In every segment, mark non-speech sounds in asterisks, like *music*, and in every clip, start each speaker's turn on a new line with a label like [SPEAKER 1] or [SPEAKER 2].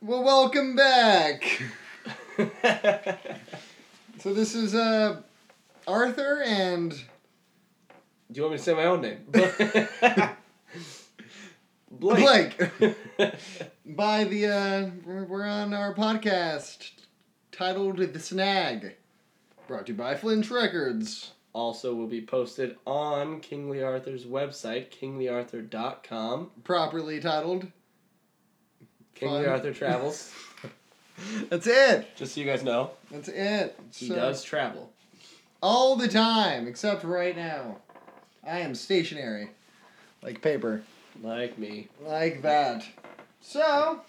[SPEAKER 1] Well, welcome back. So this is uh, Arthur and
[SPEAKER 2] Do you want me to say my own
[SPEAKER 1] *laughs*
[SPEAKER 2] name? Blake.
[SPEAKER 1] Blake. By the uh, we're we're on our podcast titled "The Snag," brought to you by Flinch Records.
[SPEAKER 2] *laughs* also will be posted on Kingly Arthur's website, kingleyarthur.com.
[SPEAKER 1] Properly titled.
[SPEAKER 2] Kingly
[SPEAKER 1] Fun.
[SPEAKER 2] Arthur
[SPEAKER 1] *laughs*
[SPEAKER 2] travels.
[SPEAKER 1] That's it.
[SPEAKER 2] Just so you guys know,
[SPEAKER 1] That's it.
[SPEAKER 2] he
[SPEAKER 1] So-
[SPEAKER 2] does travel.
[SPEAKER 1] all the time, except for right now. I am stationary, like paper,
[SPEAKER 2] Like me.
[SPEAKER 1] like that. So,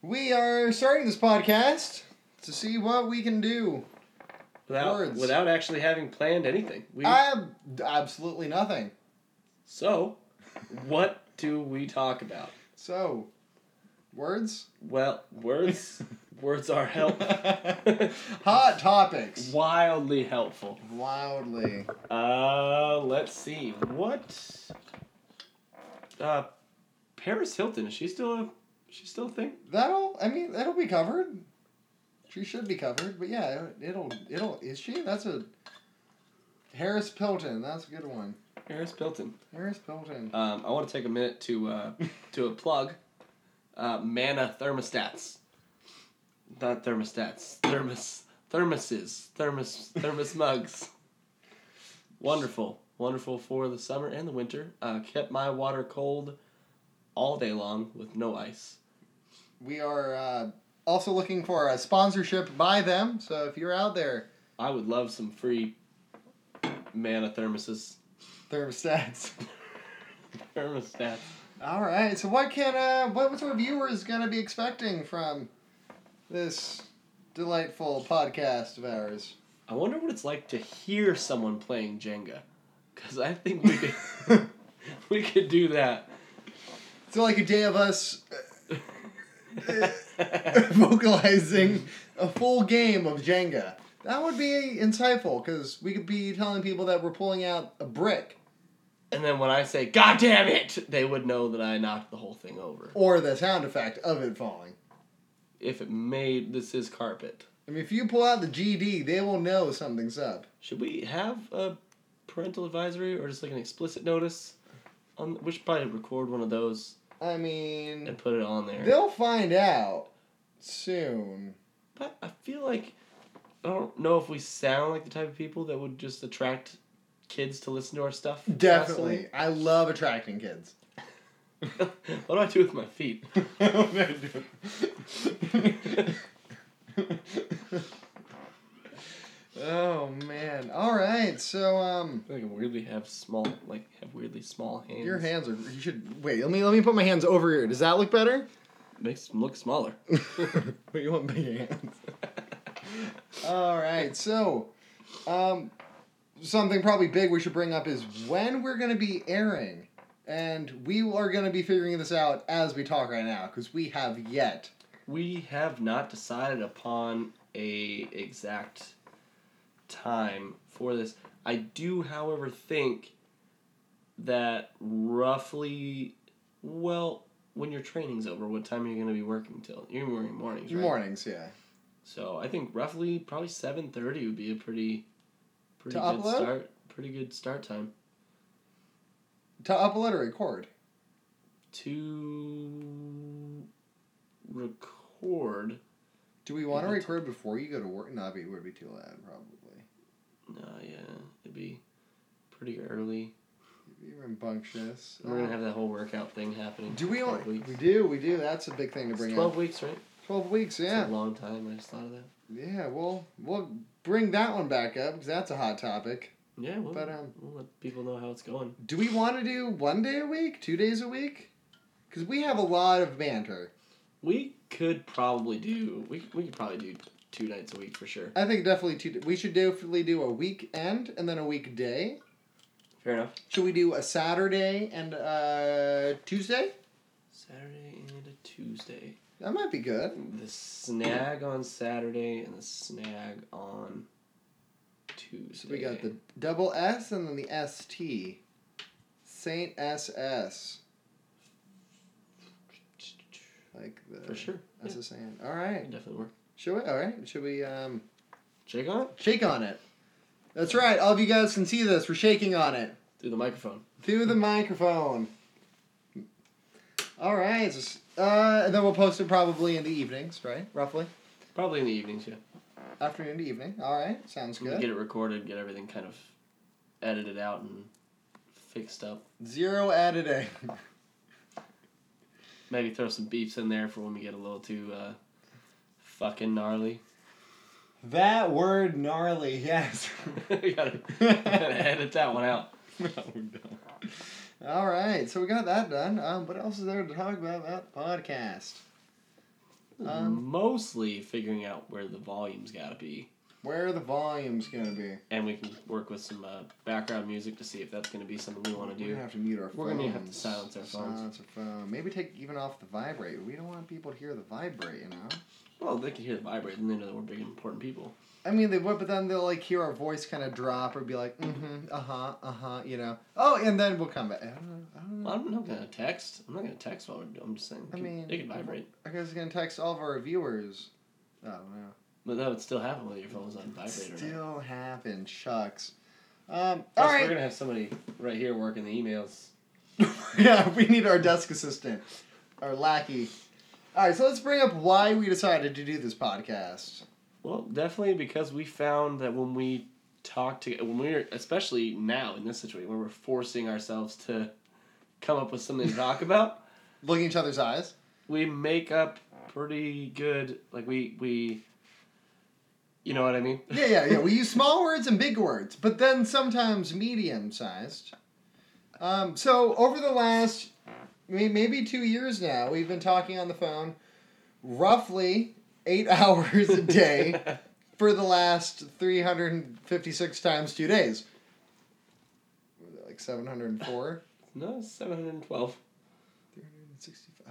[SPEAKER 1] we are starting this podcast to see what we can do.
[SPEAKER 2] Without
[SPEAKER 1] Words.
[SPEAKER 2] without actually having planned anything. We
[SPEAKER 1] I have absolutely nothing.
[SPEAKER 2] So, what do we talk about?
[SPEAKER 1] So, words?
[SPEAKER 2] Well,
[SPEAKER 1] *laughs*
[SPEAKER 2] words words are helpful. *laughs*
[SPEAKER 1] Hot topics.
[SPEAKER 2] Wildly helpful.
[SPEAKER 1] Loudly.
[SPEAKER 2] Uh, let's see. What? Uh, Paris Hilton. Is she still a? She's still a thing.
[SPEAKER 1] That'll. I mean, that'll be covered. She should be covered, but yeah, it'll. It'll. Is she? That's a. Harris Pilton. That's a good one.
[SPEAKER 2] Paris Hilton.
[SPEAKER 1] Harris Pilton.
[SPEAKER 2] Um, I want to take a minute to uh, to a plug. Uh, Mana thermostats. Not thermostats. Thermos thermoses. Thermos thermos mugs. Wonderful, wonderful for the summer and the winter. Uh, kept my water cold all day long with no ice.
[SPEAKER 1] We are uh, also looking for a sponsorship by them, so if you're out there,
[SPEAKER 2] I would love some free mana thermoses.
[SPEAKER 1] thermostats. *laughs*
[SPEAKER 2] Thermostat.
[SPEAKER 1] All right. So what can uh, what what's our viewers gonna be expecting from this delightful podcast of ours?
[SPEAKER 2] I wonder what it's like to hear someone playing Jenga. Because I think we could, *laughs* we could do that. *laughs*
[SPEAKER 1] So like a day of us *laughs* vocalizing a full game of Jenga. That would be insightful because we could be telling people that we're pulling out a brick
[SPEAKER 2] and then when I say, God damn it, they would know that I knocked the whole thing over.
[SPEAKER 1] or the sound effect of it falling.
[SPEAKER 2] If it made this is carpet.
[SPEAKER 1] I mean, if you pull out the GD, they will know something's up.
[SPEAKER 2] Should we have a parental advisory or just like an explicit notice? On, we should probably record one of those
[SPEAKER 1] I mean,
[SPEAKER 2] and put it on there.
[SPEAKER 1] They'll find out soon.
[SPEAKER 2] But I feel like I don't know if we sound like the type of people that would just attract kids to listen to our stuff.
[SPEAKER 1] Definitely. I love attracting kids.
[SPEAKER 2] constantly. *laughs* what do I do with my feet?
[SPEAKER 1] oh man. All right. So um
[SPEAKER 2] I feel like I weirdly have small, like have weirdly small hands.
[SPEAKER 1] your hands are you should wait. Let me let me put my hands over here. Does that look *laughs* better?
[SPEAKER 2] makes them look smaller. *laughs*
[SPEAKER 1] but you want big hands. All right. So um something probably big we should bring up is when we're going to be airing. And we are going to be figuring this out as we talk right now cuz we have yet
[SPEAKER 2] We have not decided upon a exact time for this. I do, however, think that roughly, well, when your training's over, what time are you going to be working till? You're gonna be working mornings, right?
[SPEAKER 1] mornings, yeah.
[SPEAKER 2] So I think roughly probably seven thirty would be a pretty, pretty
[SPEAKER 1] To
[SPEAKER 2] good
[SPEAKER 1] upload?
[SPEAKER 2] start. Pretty good start time.
[SPEAKER 1] To upload or record.
[SPEAKER 2] To record.
[SPEAKER 1] Do we want to
[SPEAKER 2] Mhm.
[SPEAKER 1] record before you go to work? No, it would be too loud, probably.
[SPEAKER 2] No, uh, yeah, it'd be pretty early.
[SPEAKER 1] You'd be rambunctious.
[SPEAKER 2] We're gonna have that whole workout thing happening.
[SPEAKER 1] do we
[SPEAKER 2] in
[SPEAKER 1] only?
[SPEAKER 2] 12 weeks.
[SPEAKER 1] We do, we do. That's a big thing to
[SPEAKER 2] It's
[SPEAKER 1] bring
[SPEAKER 2] Twelve
[SPEAKER 1] up.
[SPEAKER 2] weeks, right?
[SPEAKER 1] Twelve weeks,
[SPEAKER 2] It's
[SPEAKER 1] yeah,
[SPEAKER 2] a long time. I just thought of that.
[SPEAKER 1] yeah. Well, we'll bring that one back up because that's a hot topic.
[SPEAKER 2] Yeah, we'll,
[SPEAKER 1] But, um,
[SPEAKER 2] we'll let people know how it's going.
[SPEAKER 1] Do we want to do one day a week, two days a week? Because we have a lot of banter.
[SPEAKER 2] We could probably do. We we could probably do two nights a week for sure.
[SPEAKER 1] I think definitely two. We should definitely do a weekend and then a weekday.
[SPEAKER 2] Fair enough.
[SPEAKER 1] Should we do a Saturday and uh Tuesday?
[SPEAKER 2] Saturday and a Tuesday.
[SPEAKER 1] That might be good.
[SPEAKER 2] The snag on Saturday and the snag on Tuesday.
[SPEAKER 1] So we got the double S and then the ST. Saint SS. I like the
[SPEAKER 2] For sure. Yeah,
[SPEAKER 1] That's the saying. All right.
[SPEAKER 2] can definitely work.
[SPEAKER 1] Should we? All right. Should we um,
[SPEAKER 2] Shake on it
[SPEAKER 1] shake on it? That's right. All of you guys can see this. We're shaking on it
[SPEAKER 2] through the microphone.
[SPEAKER 1] through the microphone. All right. s- Uh, and then we'll post it probably in the evenings, right? Roughly
[SPEAKER 2] Probably in the evenings, yeah.
[SPEAKER 1] afternoon to evening. All right. Sounds
[SPEAKER 2] I'm gonna
[SPEAKER 1] good.
[SPEAKER 2] Get it recorded, get everything kind of edited out and fixed up.
[SPEAKER 1] Zero editing. *laughs*
[SPEAKER 2] Maybe throw some beeps in there for when we get a little too uh, fucking gnarly. *laughs*
[SPEAKER 1] That word gnarly. Yes. *laughs*
[SPEAKER 2] You gotta, gotta edit that one out.
[SPEAKER 1] no, no. All right, so we got that done. Um, what else is there to talk about about the podcast? Um,
[SPEAKER 2] Mostly figuring out where the volume's gotta be,
[SPEAKER 1] where are the volumes gonna be?
[SPEAKER 2] and we can work with some uh, background music to see if that's gonna be something we want to
[SPEAKER 1] We're
[SPEAKER 2] do.
[SPEAKER 1] gonna have to mute our phones.
[SPEAKER 2] We're gonna have to silence our phones.
[SPEAKER 1] Silence our phone. Maybe take even off the vibrate. We don't want people to hear the vibrate, you know.
[SPEAKER 2] Well, they can hear the vibrate, and they know that we're big and important people.
[SPEAKER 1] I mean, they would, but then they'll like hear our voice kind of drop or be like, mm-hmm, uh huh, uh huh, you know. Oh, and then we'll come back. I don't know. I don't know.
[SPEAKER 2] Well, I'm not gonna text. I'm not gonna text while we're doing. I'm just saying.
[SPEAKER 1] I
[SPEAKER 2] it can-
[SPEAKER 1] mean-
[SPEAKER 2] it can vibrate,
[SPEAKER 1] I guess it's gonna text all of our viewers. Oh no.
[SPEAKER 2] but that would still happen whether your phone was on vibrate or not.
[SPEAKER 1] Still happen, shucks. Um, all
[SPEAKER 2] Plus,
[SPEAKER 1] right.
[SPEAKER 2] We're gonna have somebody right here working the emails.
[SPEAKER 1] *laughs* yeah, we need our desk assistant, our lackey. All right, so let's bring up why we decided to do this podcast.
[SPEAKER 2] Well, definitely because we found that when we talk to when we're especially now in this situation where we're forcing ourselves to come up with something to *laughs* talk about,
[SPEAKER 1] Look in each other's eyes.
[SPEAKER 2] we make up pretty good. Like we we, you know what I mean.
[SPEAKER 1] Yeah, yeah, yeah. We use small words and big words, but then sometimes medium sized. Um, so over the last may- maybe two years now, we've been talking on the phone roughly eight *laughs* hours a day for the last 356 times two days. What was that, Like 704?
[SPEAKER 2] *laughs* no, seven hundred twelve.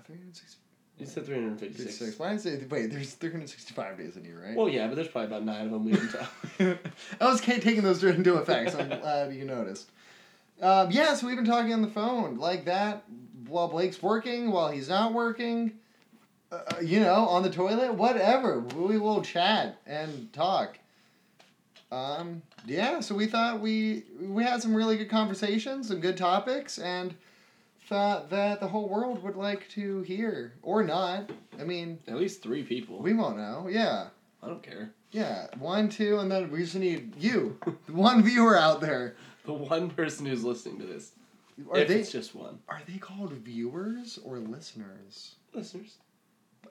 [SPEAKER 1] 365.
[SPEAKER 2] You said three hundred fifty-six.
[SPEAKER 1] 366. Why is it? Wait, there's 365 days in a year, right?
[SPEAKER 2] Well, yeah, but there's probably about nine of them we didn't talk.
[SPEAKER 1] *laughs* I was ca- taking those into effect. So I'm glad you noticed. Um, yeah, so we've been talking on the phone like that while Blake's working, while he's not working, uh, you know, on the toilet, whatever. We will chat and talk. Um, yeah, so we thought we we had some really good conversations, some good topics, and thought that the whole world would like to hear or not. I mean,
[SPEAKER 2] At least three people.
[SPEAKER 1] we won't know. Yeah.
[SPEAKER 2] I don't care.
[SPEAKER 1] Yeah, one, two, and then we just need you, *laughs* the one viewer out there.
[SPEAKER 2] The one person who's listening to this,
[SPEAKER 1] Are
[SPEAKER 2] if
[SPEAKER 1] they
[SPEAKER 2] it's just one,
[SPEAKER 1] are they called viewers or listeners?
[SPEAKER 2] listeners.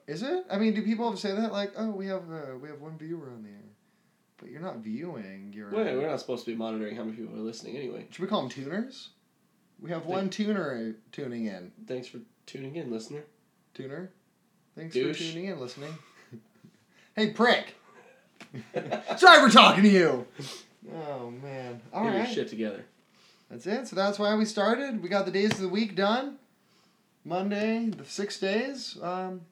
[SPEAKER 1] Is it? I mean, do people say that like, oh, we have uh, we have one viewer on the air, but you're not viewing. You're
[SPEAKER 2] Wait, we're not supposed to be monitoring how many people are listening anyway.
[SPEAKER 1] Should we call them tuners? We have one tuner tuning in.
[SPEAKER 2] Thanks for tuning
[SPEAKER 1] *laughs*
[SPEAKER 2] in, listener. *laughs*
[SPEAKER 1] Tuner, thanks for
[SPEAKER 2] Douche.
[SPEAKER 1] tuning in, listening. *laughs* hey, prick! Sorry, we're talking to
[SPEAKER 2] *laughs*
[SPEAKER 1] you. Oh man! All
[SPEAKER 2] Get
[SPEAKER 1] right.
[SPEAKER 2] your shit together.
[SPEAKER 1] That's it. So that's why we started. We got the days of the week done. Monday, the six days. Um,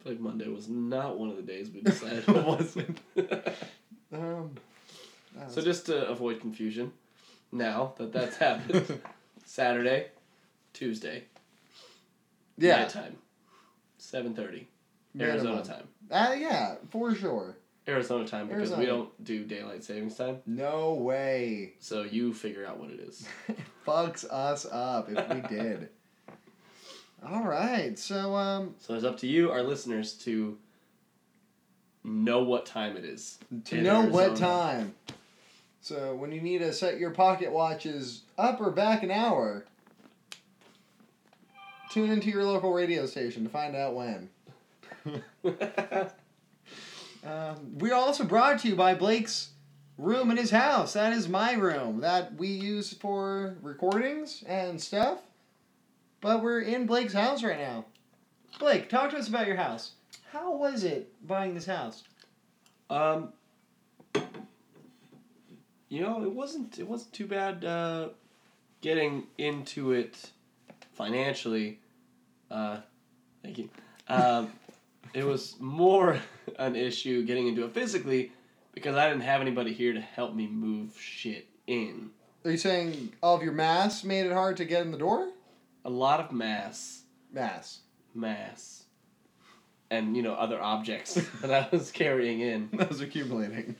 [SPEAKER 2] I feel like Monday was not one of the days we decided.
[SPEAKER 1] *laughs* It wasn't. um, uh,
[SPEAKER 2] *laughs* so just to avoid confusion, now
[SPEAKER 1] *laughs*
[SPEAKER 2] that that's happened, Saturday, Tuesday,
[SPEAKER 1] yeah,
[SPEAKER 2] nighttime, seven thirty,
[SPEAKER 1] minimum.
[SPEAKER 2] Arizona time.
[SPEAKER 1] Uh, yeah, for sure.
[SPEAKER 2] Arizona time because
[SPEAKER 1] Arizona.
[SPEAKER 2] we don't do daylight savings time.
[SPEAKER 1] No way.
[SPEAKER 2] So you figure out what
[SPEAKER 1] *laughs*
[SPEAKER 2] it is.
[SPEAKER 1] Fucks us up if we did. *laughs* All right. So um,
[SPEAKER 2] So it's up to you, our listeners, to know what time it is.
[SPEAKER 1] to
[SPEAKER 2] in
[SPEAKER 1] know what
[SPEAKER 2] Arizona.
[SPEAKER 1] time. So when you need to set your pocket watches up or back an hour, tune into your local radio station to find out when. Um, we're also brought to you by Blake's room in his house. That is my room that we use for recordings and stuff. But we're in Blake's house right now. Blake, talk to us about your house. How was it buying this house?
[SPEAKER 2] *laughs* um, you know, it wasn't it wasn't too bad uh, getting into it financially. Uh, thank you. Um, it was more *laughs* an issue getting into it physically because I didn't have anybody here to help me move shit in.
[SPEAKER 1] Are you saying all of your mass made it hard to get in the door?
[SPEAKER 2] A lot of mass,
[SPEAKER 1] Mass. *laughs*
[SPEAKER 2] mass, and you know other objects *laughs* that I was carrying in.
[SPEAKER 1] That was accumulating.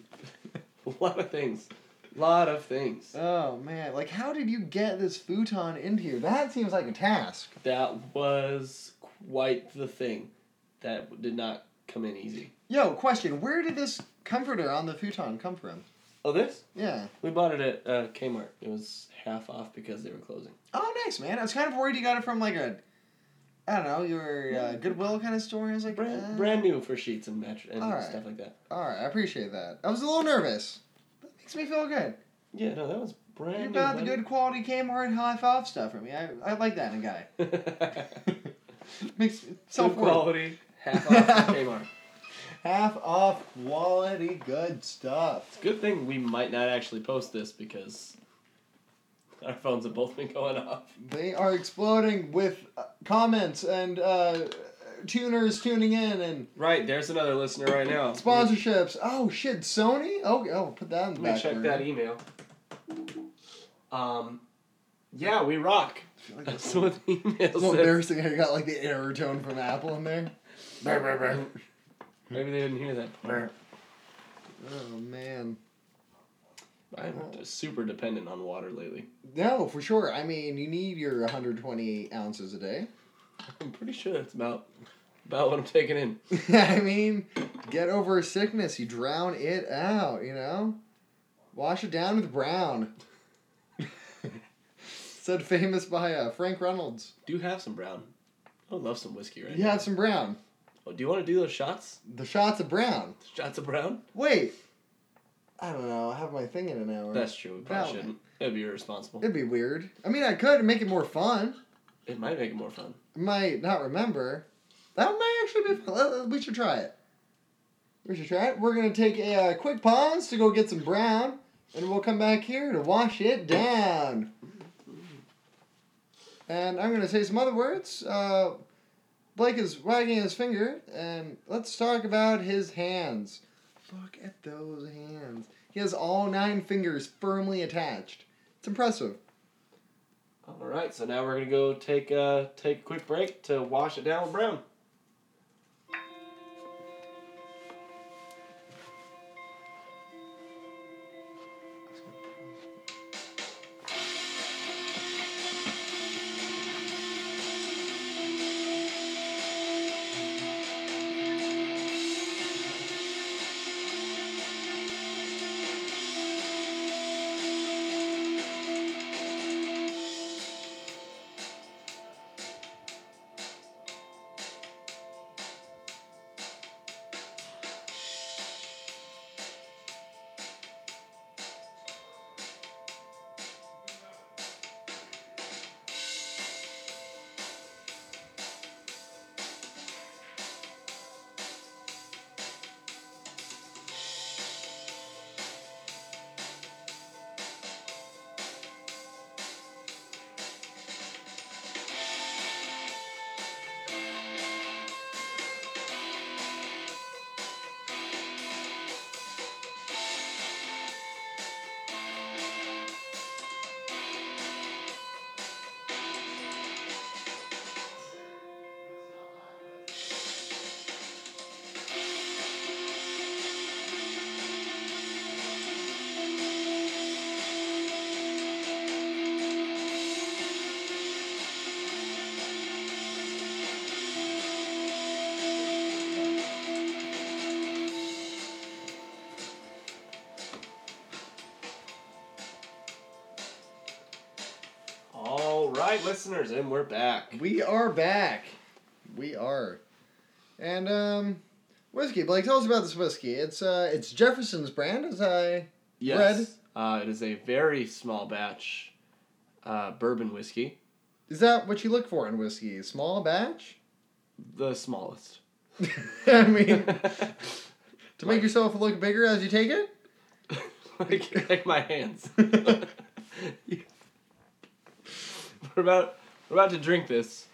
[SPEAKER 2] A lot of things, a lot of things.
[SPEAKER 1] Oh man, like how did you get this futon in here? That seems like a task.
[SPEAKER 2] That was quite the thing. That did not come in easy.
[SPEAKER 1] Yo, question, where did this comforter on the futon come from?
[SPEAKER 2] Oh, this
[SPEAKER 1] Yeah.
[SPEAKER 2] we bought it at uh, Kmart. It was half off because they were closing.
[SPEAKER 1] Oh, nice, man. I was kind of worried you got it from like a, I don't know, your uh, Goodwill kind of store. I was like,
[SPEAKER 2] Brand,
[SPEAKER 1] uh,
[SPEAKER 2] brand new for sheets and match and
[SPEAKER 1] All right.
[SPEAKER 2] stuff like that.
[SPEAKER 1] All right, I appreciate that. I was a little nervous. That makes me feel good.
[SPEAKER 2] Yeah, no, that was brand
[SPEAKER 1] You
[SPEAKER 2] new.
[SPEAKER 1] got the
[SPEAKER 2] buddy. *laughs*
[SPEAKER 1] good quality Kmart high five stuff from me. I, I like that in a guy. *laughs* Makes
[SPEAKER 2] Good
[SPEAKER 1] self worth.
[SPEAKER 2] quality.
[SPEAKER 1] *laughs*
[SPEAKER 2] Half off from Kmart.
[SPEAKER 1] Half off quality good stuff.
[SPEAKER 2] Good thing we might not actually post this because our phones have both been going off.
[SPEAKER 1] They are exploding with uh, comments and uh, tuners tuning in and
[SPEAKER 2] Right, there's another listener right now.
[SPEAKER 1] sponsorships. Oh shit, Sony. Oh, oh, put that in the
[SPEAKER 2] Let me
[SPEAKER 1] back.
[SPEAKER 2] check
[SPEAKER 1] burner.
[SPEAKER 2] that email. Um, yeah, we rock.
[SPEAKER 1] I
[SPEAKER 2] *laughs*
[SPEAKER 1] feel like that's
[SPEAKER 2] That's what the email
[SPEAKER 1] It's a little
[SPEAKER 2] said.
[SPEAKER 1] embarrassing. I got like the error tone from Apple in there. Brr, brr, brr.
[SPEAKER 2] Maybe they didn't hear that. part.
[SPEAKER 1] Oh man.
[SPEAKER 2] I'm super dependent on water lately. *laughs*
[SPEAKER 1] No, for sure. I mean, you need your 120 ounces a day. *laughs*
[SPEAKER 2] I'm pretty sure that's about about what I'm taking in.
[SPEAKER 1] I mean, get over a sickness. You drown it out. You know, wash it down with brown. *laughs* Said famous by uh, Frank Reynolds.
[SPEAKER 2] Do you have some brown? I would love some whiskey right
[SPEAKER 1] You
[SPEAKER 2] now.
[SPEAKER 1] have some brown.
[SPEAKER 2] Oh, do you want to do those shots?
[SPEAKER 1] The shots of brown.
[SPEAKER 2] Shots of brown?
[SPEAKER 1] Wait. I don't know. I have my thing in an hour.
[SPEAKER 2] That's true. We
[SPEAKER 1] Brown.
[SPEAKER 2] probably shouldn't. That'd be irresponsible.
[SPEAKER 1] It'd be weird. I mean, I could make it more fun.
[SPEAKER 2] It might make it more fun.
[SPEAKER 1] might not remember. That might actually be fun. Let- let- We should try it. We should try it. We're gonna take a uh, quick pause to go get some brown, and we'll come back here to wash it down. And I'm gonna say some other words. Uh, Blake is wagging his finger, and let's talk about his hands. Look at those hands. He has all nine fingers firmly attached. It's impressive.
[SPEAKER 2] All right, so now we're gonna go take uh take a quick break to wash it down with brown. All right, listeners, and we're back.
[SPEAKER 1] We are back. We are. And um whiskey, Blake, tell us about this whiskey. It's uh it's Jefferson's brand, as I
[SPEAKER 2] Uh, it is a very small batch uh, bourbon whiskey,
[SPEAKER 1] is that what you look for in whiskey? Small batch? *laughs*
[SPEAKER 2] the smallest. *laughs*
[SPEAKER 1] I mean to
[SPEAKER 2] Like-
[SPEAKER 1] make yourself look bigger as you take it?
[SPEAKER 2] like, like my hands. *laughs* we're about we're about to drink this.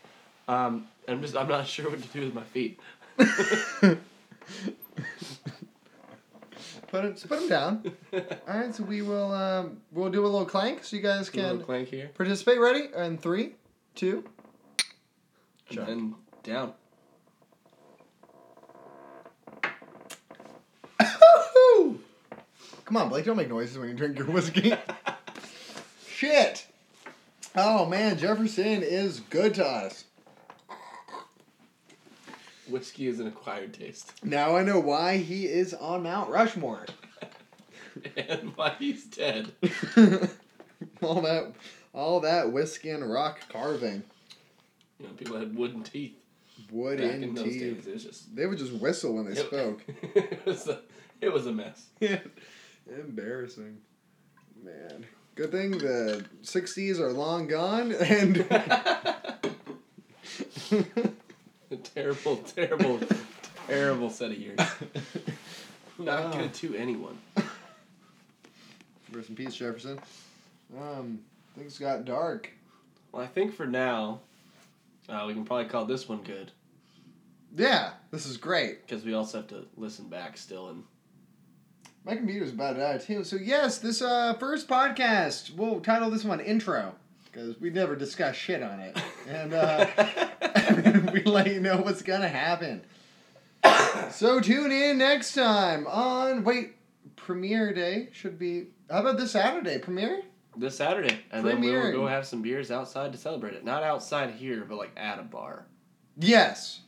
[SPEAKER 2] Um, I'm just I'm not sure what to do with my feet. *laughs*
[SPEAKER 1] Put it put them down. Alright, so we will um we'll do a little clank so you guys
[SPEAKER 2] A little
[SPEAKER 1] can
[SPEAKER 2] clank here.
[SPEAKER 1] participate. Ready? And three, two.
[SPEAKER 2] And down.
[SPEAKER 1] *laughs* Come on, Blake, don't make noises when you drink your
[SPEAKER 2] *laughs*
[SPEAKER 1] whiskey. Shit. Oh man, Jefferson is good to us.
[SPEAKER 2] Whiskey is an acquired taste. *laughs*
[SPEAKER 1] Now I know why he is on Mount Rushmore.
[SPEAKER 2] and why he's dead.
[SPEAKER 1] all that all that whiskey and rock carving.
[SPEAKER 2] You know, people had wooden teeth
[SPEAKER 1] Wood
[SPEAKER 2] back in
[SPEAKER 1] and
[SPEAKER 2] those
[SPEAKER 1] tea.
[SPEAKER 2] days. It was just.
[SPEAKER 1] They would just whistle when they
[SPEAKER 2] Yep.
[SPEAKER 1] spoke.
[SPEAKER 2] *laughs* it, was a, it was a mess. *laughs*
[SPEAKER 1] Embarrassing. Man. Good thing the sixties are long gone and
[SPEAKER 2] *laughs*
[SPEAKER 1] *laughs*
[SPEAKER 2] A terrible, terrible, terrible set of years. *laughs* Not
[SPEAKER 1] Wow.
[SPEAKER 2] good to anyone.
[SPEAKER 1] Rest in peace, Jefferson. Um, things got dark.
[SPEAKER 2] Well, I think for now, uh, we can probably call this one good
[SPEAKER 1] Yeah, this is great.
[SPEAKER 2] because we also have to listen back still and
[SPEAKER 1] My computer's about to die too. So yes, this uh first podcast, we'll title this one intro because we never discuss shit on
[SPEAKER 2] *laughs*
[SPEAKER 1] it, and uh, *laughs* we let you know what's gonna happen. So tune in next time on wait premiere day should be how about this Saturday premiere?
[SPEAKER 2] this Saturday, and then we will
[SPEAKER 1] Premiering.
[SPEAKER 2] go have some beers outside to celebrate it. Not outside here, but like at a bar.
[SPEAKER 1] Yes.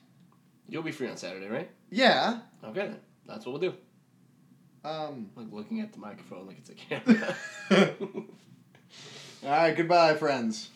[SPEAKER 2] You'll be free on Saturday, right?
[SPEAKER 1] Yeah.
[SPEAKER 2] Okay, then that's what we'll do. *laughs*
[SPEAKER 1] Um. *laughs*
[SPEAKER 2] Like looking at the microphone like it's a camera.
[SPEAKER 1] All right. Goodbye, friends.